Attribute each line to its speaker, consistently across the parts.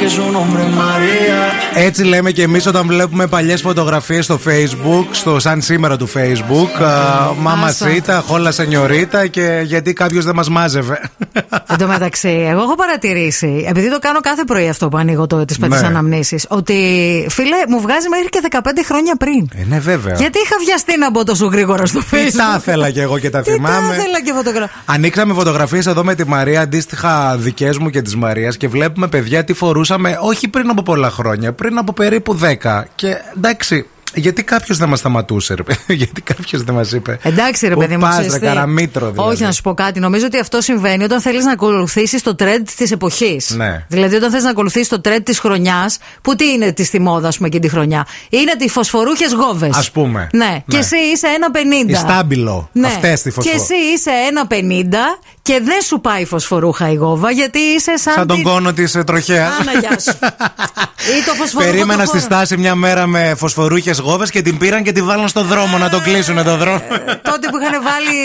Speaker 1: que su nombre es María.
Speaker 2: Έτσι λέμε και εμείς όταν βλέπουμε παλιές φωτογραφίες στο facebook Στο σαν σήμερα του facebook α, Μάμα
Speaker 3: Άστα.
Speaker 2: Σίτα, χόλα σενιωρίτα Και γιατί κάποιος δεν μας μάζευε
Speaker 3: Εν τω μεταξύ, εγώ έχω παρατηρήσει, επειδή το κάνω κάθε πρωί αυτό που ανοίγω το τις πέντε
Speaker 2: Ναι.
Speaker 3: αναμνήσεις, ότι φίλε μου βγάζει μέχρι και 15 χρόνια πριν.
Speaker 2: Ε, ναι βέβαια
Speaker 3: Γιατί είχα βιαστεί να μπω τόσο γρήγορα στο
Speaker 2: Τι
Speaker 3: Facebook.
Speaker 2: τα ήθελα και εγώ και τα
Speaker 3: Τι
Speaker 2: θυμάμαι
Speaker 3: τα ήθελα και φωτογραφία.
Speaker 2: Ανοίξαμε φωτογραφίες εδώ με τη Μαρία, αντίστοιχα δικές μου και της Μαρίας, και βλέπουμε παιδιά τι φορούσαμε όχι πριν από πολλά χρόνια, πριν από περίπου 10. Και εντάξει, γιατί κάποιος δεν μας σταματούσε, ρε παιδί, γιατί κάποιος δεν μας είπε.
Speaker 3: Εντάξει, ρε
Speaker 2: «Πού
Speaker 3: παιδί μου,
Speaker 2: πας,
Speaker 3: ξέρεις
Speaker 2: ρε,
Speaker 3: τι.
Speaker 2: καραμίτρο δηλαδή.
Speaker 3: Όχι, να σου πω κάτι. Νομίζω ότι αυτό συμβαίνει όταν θέλεις να ακολουθήσεις το trend της εποχής.
Speaker 2: Ναι.
Speaker 3: Δηλαδή, όταν θες να ακολουθήσεις το trend της χρονιάς, που τι είναι της στη μόδα, ας πούμε, εκείνη τη χρονιά. Είναι τις φωσφορούχες γόβες.
Speaker 2: Ας πούμε.
Speaker 3: Ναι.
Speaker 2: Ναι.
Speaker 3: Και εσύ είσαι ένα 50.
Speaker 2: Η στάμπιλο. Αυτές τη φωσφορού-
Speaker 3: Ναι. Και εσύ είσαι ένα 50 και δεν σου πάει φωσφορούχα η γόβα γιατί είσαι σαν.
Speaker 2: Σαν τον
Speaker 3: τη-
Speaker 2: κόνο της τροχέα.
Speaker 3: Άνα, γεια σου. Ή το φωσφορούχο
Speaker 2: Περίμενα
Speaker 3: του
Speaker 2: στη
Speaker 3: χώρου.
Speaker 2: στάση μια μέρα με φωσφορούχες γόβες και την πήραν και τη βάλαν στο δρόμο
Speaker 3: Ε,
Speaker 2: να τον κλείσουν το δρόμο.
Speaker 3: Τότε που είχαν βάλει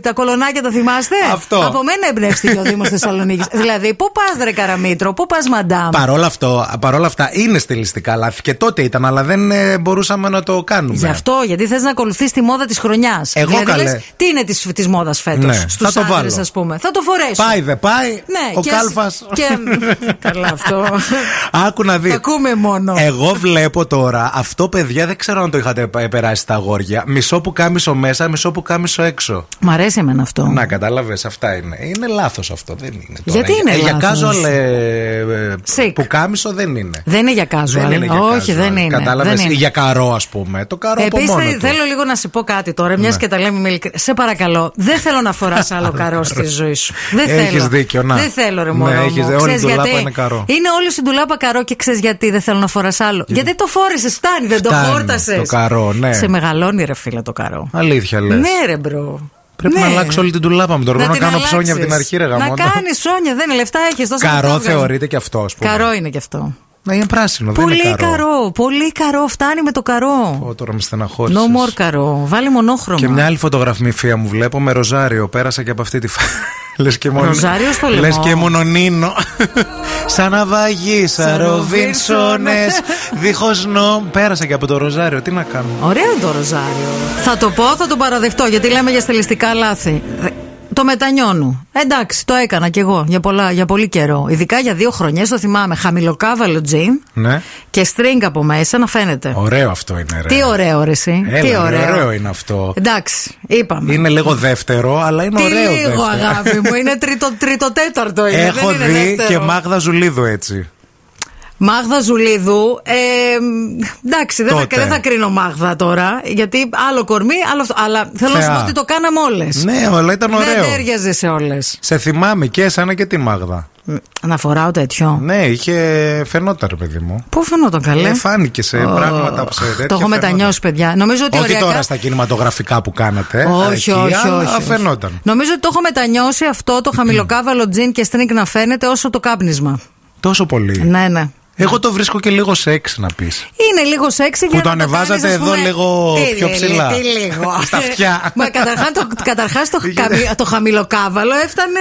Speaker 3: τα κολονάκια, τα θυμάστε.
Speaker 2: Αυτό.
Speaker 3: Από μένα εμπνεύστηκε ο Δήμος Θεσσαλονίκης. δηλαδή, πού πας, Ρε Καραμίτρο, πού πας, Μαντάμ.
Speaker 2: Παρόλα, αυτό, παρόλα αυτά είναι στιλιστικά λάθη και τότε ήταν, αλλά δεν ε, μπορούσαμε να το κάνουμε.
Speaker 3: Γι' αυτό, γιατί θες να ακολουθείς τη μόδα της χρονιάς.
Speaker 2: ναι. Εγώ καλέ.
Speaker 3: τι είναι της της μόδας φέτος.
Speaker 2: Ναι,
Speaker 3: Στους
Speaker 2: θα το βάλω.
Speaker 3: ας πούμε. Θα το φορέσω.
Speaker 2: Πάει δε πάει.
Speaker 3: Ναι,
Speaker 2: ο
Speaker 3: και-
Speaker 2: κάλφας.
Speaker 3: και- Καλά αυτό.
Speaker 2: Άκου να δει.
Speaker 3: Τα ακούμε μόνο.
Speaker 2: Εγώ βλέπω τώρα αυτό, παιδιά, δεν ξέρω αν το είχατε πε- περάσει τα αγόρια. Μισό που κάμισο μέσα, μισό που κάμισο έξω.
Speaker 3: Μ' αρέσει εμένα αυτό.
Speaker 2: Να κατάλαβες, αυτά είναι. Είναι λάθος αυτό, δεν είναι. Τώρα.
Speaker 3: Γιατί είναι
Speaker 2: Ε, Για
Speaker 3: λάθος?
Speaker 2: κάζο, ε,
Speaker 3: Sick.
Speaker 2: που κάμισο δεν είναι.
Speaker 3: Δεν είναι για casual.
Speaker 2: Δεν είναι για
Speaker 3: Όχι,
Speaker 2: casual.
Speaker 3: δεν είναι.
Speaker 2: Κατάλαβες,
Speaker 3: δεν είναι.
Speaker 2: για καρό, ας πούμε. Το καρό
Speaker 3: Επίσης,
Speaker 2: από
Speaker 3: θε-
Speaker 2: μόνο του. Ναι.
Speaker 3: θέλω λίγο να σου πω κάτι τώρα, μιας και τα λέμε με ειλικρι- Σε παρακαλώ, δεν θέλω να φοράς άλλο καρό στη ζωή σου. Δεν
Speaker 2: Έχεις
Speaker 3: θέλω.
Speaker 2: δίκιο, να.
Speaker 3: Δεν θέλω, ρε
Speaker 2: Ναι,
Speaker 3: μωρό
Speaker 2: έχεις-
Speaker 3: μου.
Speaker 2: όλη η
Speaker 3: Ξέρεις
Speaker 2: ντουλάπα
Speaker 3: γιατί?
Speaker 2: είναι καρό.
Speaker 3: Είναι όλη η ντουλάπα καρό και ξέρεις γιατί δεν θέλω να φοράς άλλο. Γιατί το φόρησε, φτάνει, δεν
Speaker 2: Φτάνει
Speaker 3: το χόρτασε.
Speaker 2: το καρό, ναι.
Speaker 3: Σε μεγαλώνει, ρε φίλε, το καρό.
Speaker 2: Αλήθεια λες.
Speaker 3: Ναι, ρε μπρο.
Speaker 2: Πρέπει να
Speaker 3: Ναι.
Speaker 2: αλλάξω όλη την τουλάπα μου τώρα. Μπορώ να
Speaker 3: την
Speaker 2: κάνω
Speaker 3: αλλάξεις.
Speaker 2: ψώνια από την αρχή, ρε
Speaker 3: Να
Speaker 2: γαμότο.
Speaker 3: κάνεις ψώνια, δεν είναι λεφτά, έχεις τόσα λεφτά
Speaker 2: Καρό
Speaker 3: βγάζεις.
Speaker 2: θεωρείται και αυτό, ας πούμε.
Speaker 3: Καρό είναι κι αυτό.
Speaker 2: Να είναι πράσινο, δεν
Speaker 3: Πολύ
Speaker 2: είναι καρό.
Speaker 3: καρό, πολύ καρό, φτάνει με το καρό.
Speaker 2: Ω, τώρα με στεναχώρησες.
Speaker 3: No more καρό. Βάλει μονόχρωμα.
Speaker 2: Και μια άλλη φωτογραφία μου βλέπω με ροζάριο. Πέρασα και από αυτή τη φάση. Λες και μόνο.
Speaker 3: Ροζάριο στο λαιμό.
Speaker 2: Λες και μονονίνο. Σαν ναυαγή, σαν
Speaker 3: Σαν
Speaker 2: ροβίνσονε. Δίχως νο. Πέρασα και από το ροζάριο. Τι να κάνω.
Speaker 3: Ωραίο το ροζάριο. Θα το πω, θα το παραδεχτώ, γιατί λέμε για στελιστικά λάθη. Δε- Το μετανιώνω. Εντάξει, το έκανα κι εγώ για, πολλά, για πολύ καιρό. Ειδικά για δύο χρονιές το θυμάμαι. Χαμηλοκάβαλο τζιν
Speaker 2: Ναι.
Speaker 3: και στρίγκ από μέσα να φαίνεται.
Speaker 2: Ωραίο αυτό είναι, ρε.
Speaker 3: Τι ωραίο, ρε, εσύ.
Speaker 2: Έλα,
Speaker 3: Τι
Speaker 2: ρε,
Speaker 3: ωραίο.
Speaker 2: ωραίο είναι αυτό.
Speaker 3: Εντάξει, είπαμε.
Speaker 2: Είναι λίγο δεύτερο, αλλά είναι
Speaker 3: Τι
Speaker 2: ωραίο.
Speaker 3: λίγο,
Speaker 2: δεύτερο.
Speaker 3: αγάπη μου. Είναι τρίτο, τρίτο τέταρτο. Είναι,
Speaker 2: Έχω
Speaker 3: δεν είναι
Speaker 2: δει
Speaker 3: δεύτερο.
Speaker 2: και Μάγδα Ζουλίδου έτσι.
Speaker 3: Μάγδα Ζουλίδου. Ε, εντάξει, δεν θα,
Speaker 2: Τότε.
Speaker 3: δεν θα κρίνω Μάγδα τώρα. Γιατί άλλο κορμί, άλλο αυτό. Αλλά θέλω να σου
Speaker 2: Θεά.
Speaker 3: πω ότι το κάναμε όλες.
Speaker 2: Ναι, αλλά ήταν ωραίο.
Speaker 3: Δεν τέριαζε σε όλες.
Speaker 2: Σε θυμάμαι και εσένα και τη Μάγδα.
Speaker 3: Να φοράω τέτοιο.
Speaker 2: Ναι, είχε φαινόταν, ρε παιδί μου.
Speaker 3: Πού φαινόταν καλέ.
Speaker 2: Ε, φάνηκε σε
Speaker 3: Ω,
Speaker 2: πράγματα που σε τέτοια
Speaker 3: Το έχω
Speaker 2: φαινόταν.
Speaker 3: μετανιώσει, παιδιά. Νομίζω ότι
Speaker 2: Όχι
Speaker 3: οριακά-
Speaker 2: τώρα στα κινηματογραφικά που κάνατε.
Speaker 3: Όχι,
Speaker 2: εκεί,
Speaker 3: όχι,
Speaker 2: αλλά
Speaker 3: όχι, όχι.
Speaker 2: Φαινόταν.
Speaker 3: Νομίζω ότι το έχω μετανιώσει αυτό το χαμηλοκάβαλο τζιν και στρίνγκ να φαίνεται όσο το κάπνισμα.
Speaker 2: Τόσο πολύ.
Speaker 3: Ναι, ναι.
Speaker 2: Εγώ το βρίσκω και λίγο σεξ να πεις.
Speaker 3: Είναι λίγο σεξι για
Speaker 2: το
Speaker 3: να
Speaker 2: ανεβάζατε
Speaker 3: κάνεις, ας
Speaker 2: εδώ
Speaker 3: πούμε,
Speaker 2: λίγο
Speaker 3: τι
Speaker 2: πιο
Speaker 3: λι-
Speaker 2: ψηλά.
Speaker 3: Τι λίγο.
Speaker 2: Στα αυτιά.
Speaker 3: Μα καταρχάς το, καταρχάς το,
Speaker 2: Τι
Speaker 3: χαμη-
Speaker 2: γίνεται. Ναι,
Speaker 3: το χαμηλοκάβαλο έφτανε.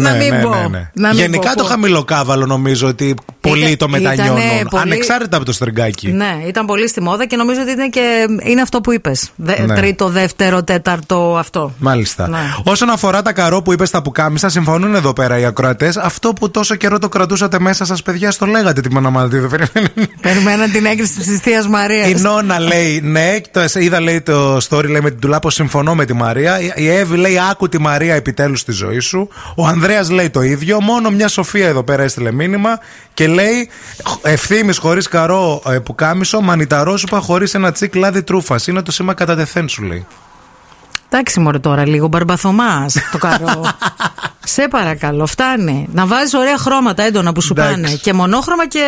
Speaker 3: να μην πω. Να μην
Speaker 2: Γενικά
Speaker 3: πω,
Speaker 2: το
Speaker 3: πω.
Speaker 2: χαμηλοκάβαλο νομίζω ότι πολλοί
Speaker 3: Ήταν-
Speaker 2: το μετανιώνουν.
Speaker 3: ήτανε πολύ-
Speaker 2: Ανεξάρτητα από το στριγκάκι.
Speaker 3: Ναι, ήταν πολύ στη μόδα και νομίζω ότι είναι, και, είναι αυτό που είπες.
Speaker 2: Ναι.
Speaker 3: Τρίτο, δεύτερο, τέταρτο, αυτό.
Speaker 2: Μάλιστα.
Speaker 3: Ναι.
Speaker 2: Όσον αφορά τα καρό που είπες στα πουκάμισα, συμφωνούν εδώ πέρα οι ακροατές. Αυτό που τόσο καιρό το κρατούσατε μέσα σας, παιδιά, στο λέγατε την Παναμαδίδη.
Speaker 3: Περιμέναν την έγκριση της Ιστίας Μαρίας.
Speaker 2: Η Νόνα λέει ναι, το, είδα λέει το story λέει με την τουλάπο συμφωνώ με τη Μαρία. Η- Η Εύη λέει άκου τη Μαρία επιτέλους στη ζωή σου. Ο Ανδρέας λέει το ίδιο. Μόνο μια Σοφία εδώ πέρα έστειλε μήνυμα και λέει ευθύμης χωρίς καρό ε, που κάμισο, μανιταρόσουπα χωρίς ένα τσικ λάδι τρούφας. Είναι το σήμα κατά τεθέν σου λέει.
Speaker 3: Εντάξει, μωρέ τώρα λίγο μπαρμπαθωμάς το καρό. Σε παρακαλώ, φτάνει. Να βάζεις ωραία χρώματα έντονα που σου
Speaker 2: Εντάξει.
Speaker 3: πάνε. Και μονόχρωμα και.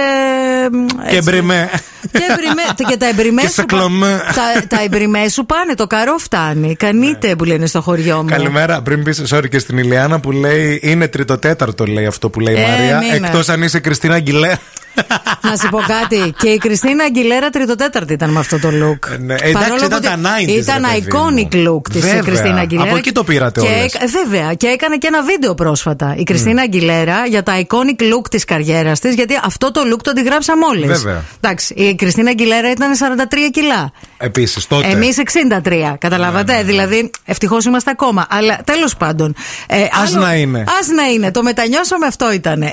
Speaker 3: μ, έτσι.
Speaker 2: Και μπριμέ.
Speaker 3: Και, εμπριμέ, και τα εμπριμέ
Speaker 2: Και
Speaker 3: σου,
Speaker 2: σακλωμέ.
Speaker 3: τα, τα εμπριμέ σου πάνε, το καρό φτάνει. Κανείτε που λένε στο χωριό μου.
Speaker 2: Ναι. Καλημέρα. Πριν πεις, sorry και στην Ηλιάνα που λέει είναι τριτοτέταρτο λέει αυτό που λέει η
Speaker 3: Ε,
Speaker 2: Μαρία.
Speaker 3: ναι, ναι.
Speaker 2: Εκτός αν είσαι Κριστίνα Αγγιλέρα.
Speaker 3: Να σου πω κάτι. Και η Κριστίνα Αγγιλέρα τριτοτέταρτη ήταν με αυτό το look.
Speaker 2: Ναι, εντάξει,
Speaker 3: Παρόλο
Speaker 2: ήταν
Speaker 3: που
Speaker 2: τα
Speaker 3: τη-
Speaker 2: 90s,
Speaker 3: Ήταν
Speaker 2: ρε παιδί
Speaker 3: iconic
Speaker 2: μου.
Speaker 3: look της
Speaker 2: Βέβαια.
Speaker 3: Κριστίνα Αγγιλέρα.
Speaker 2: Από εκεί το πήρατε
Speaker 3: και,
Speaker 2: όλες. Mm.
Speaker 3: έκ- Βέβαια. Και έκανε και ένα βίντεο πρόσφατα η Κριστίνα Αγγιλέρα για τα iconic look της καριέρας της. Γιατί αυτό το look το αντιγράψαμε όλες.
Speaker 2: Βέβαια.
Speaker 3: Εντάξει, η Κριστίνα Αγγιλέρα ήταν 43 κιλά.
Speaker 2: Επίσης τότε. Ναι,
Speaker 3: Εμεί 63, καταλάβατε. Δηλαδή, ευτυχώς είμαστε ακόμα. Αλλά τέλος πάντων. Ε,
Speaker 2: Ας
Speaker 3: άλλο-
Speaker 2: να είναι.
Speaker 3: Ας να είναι. Το μετανιώσαμε αυτό ήταν.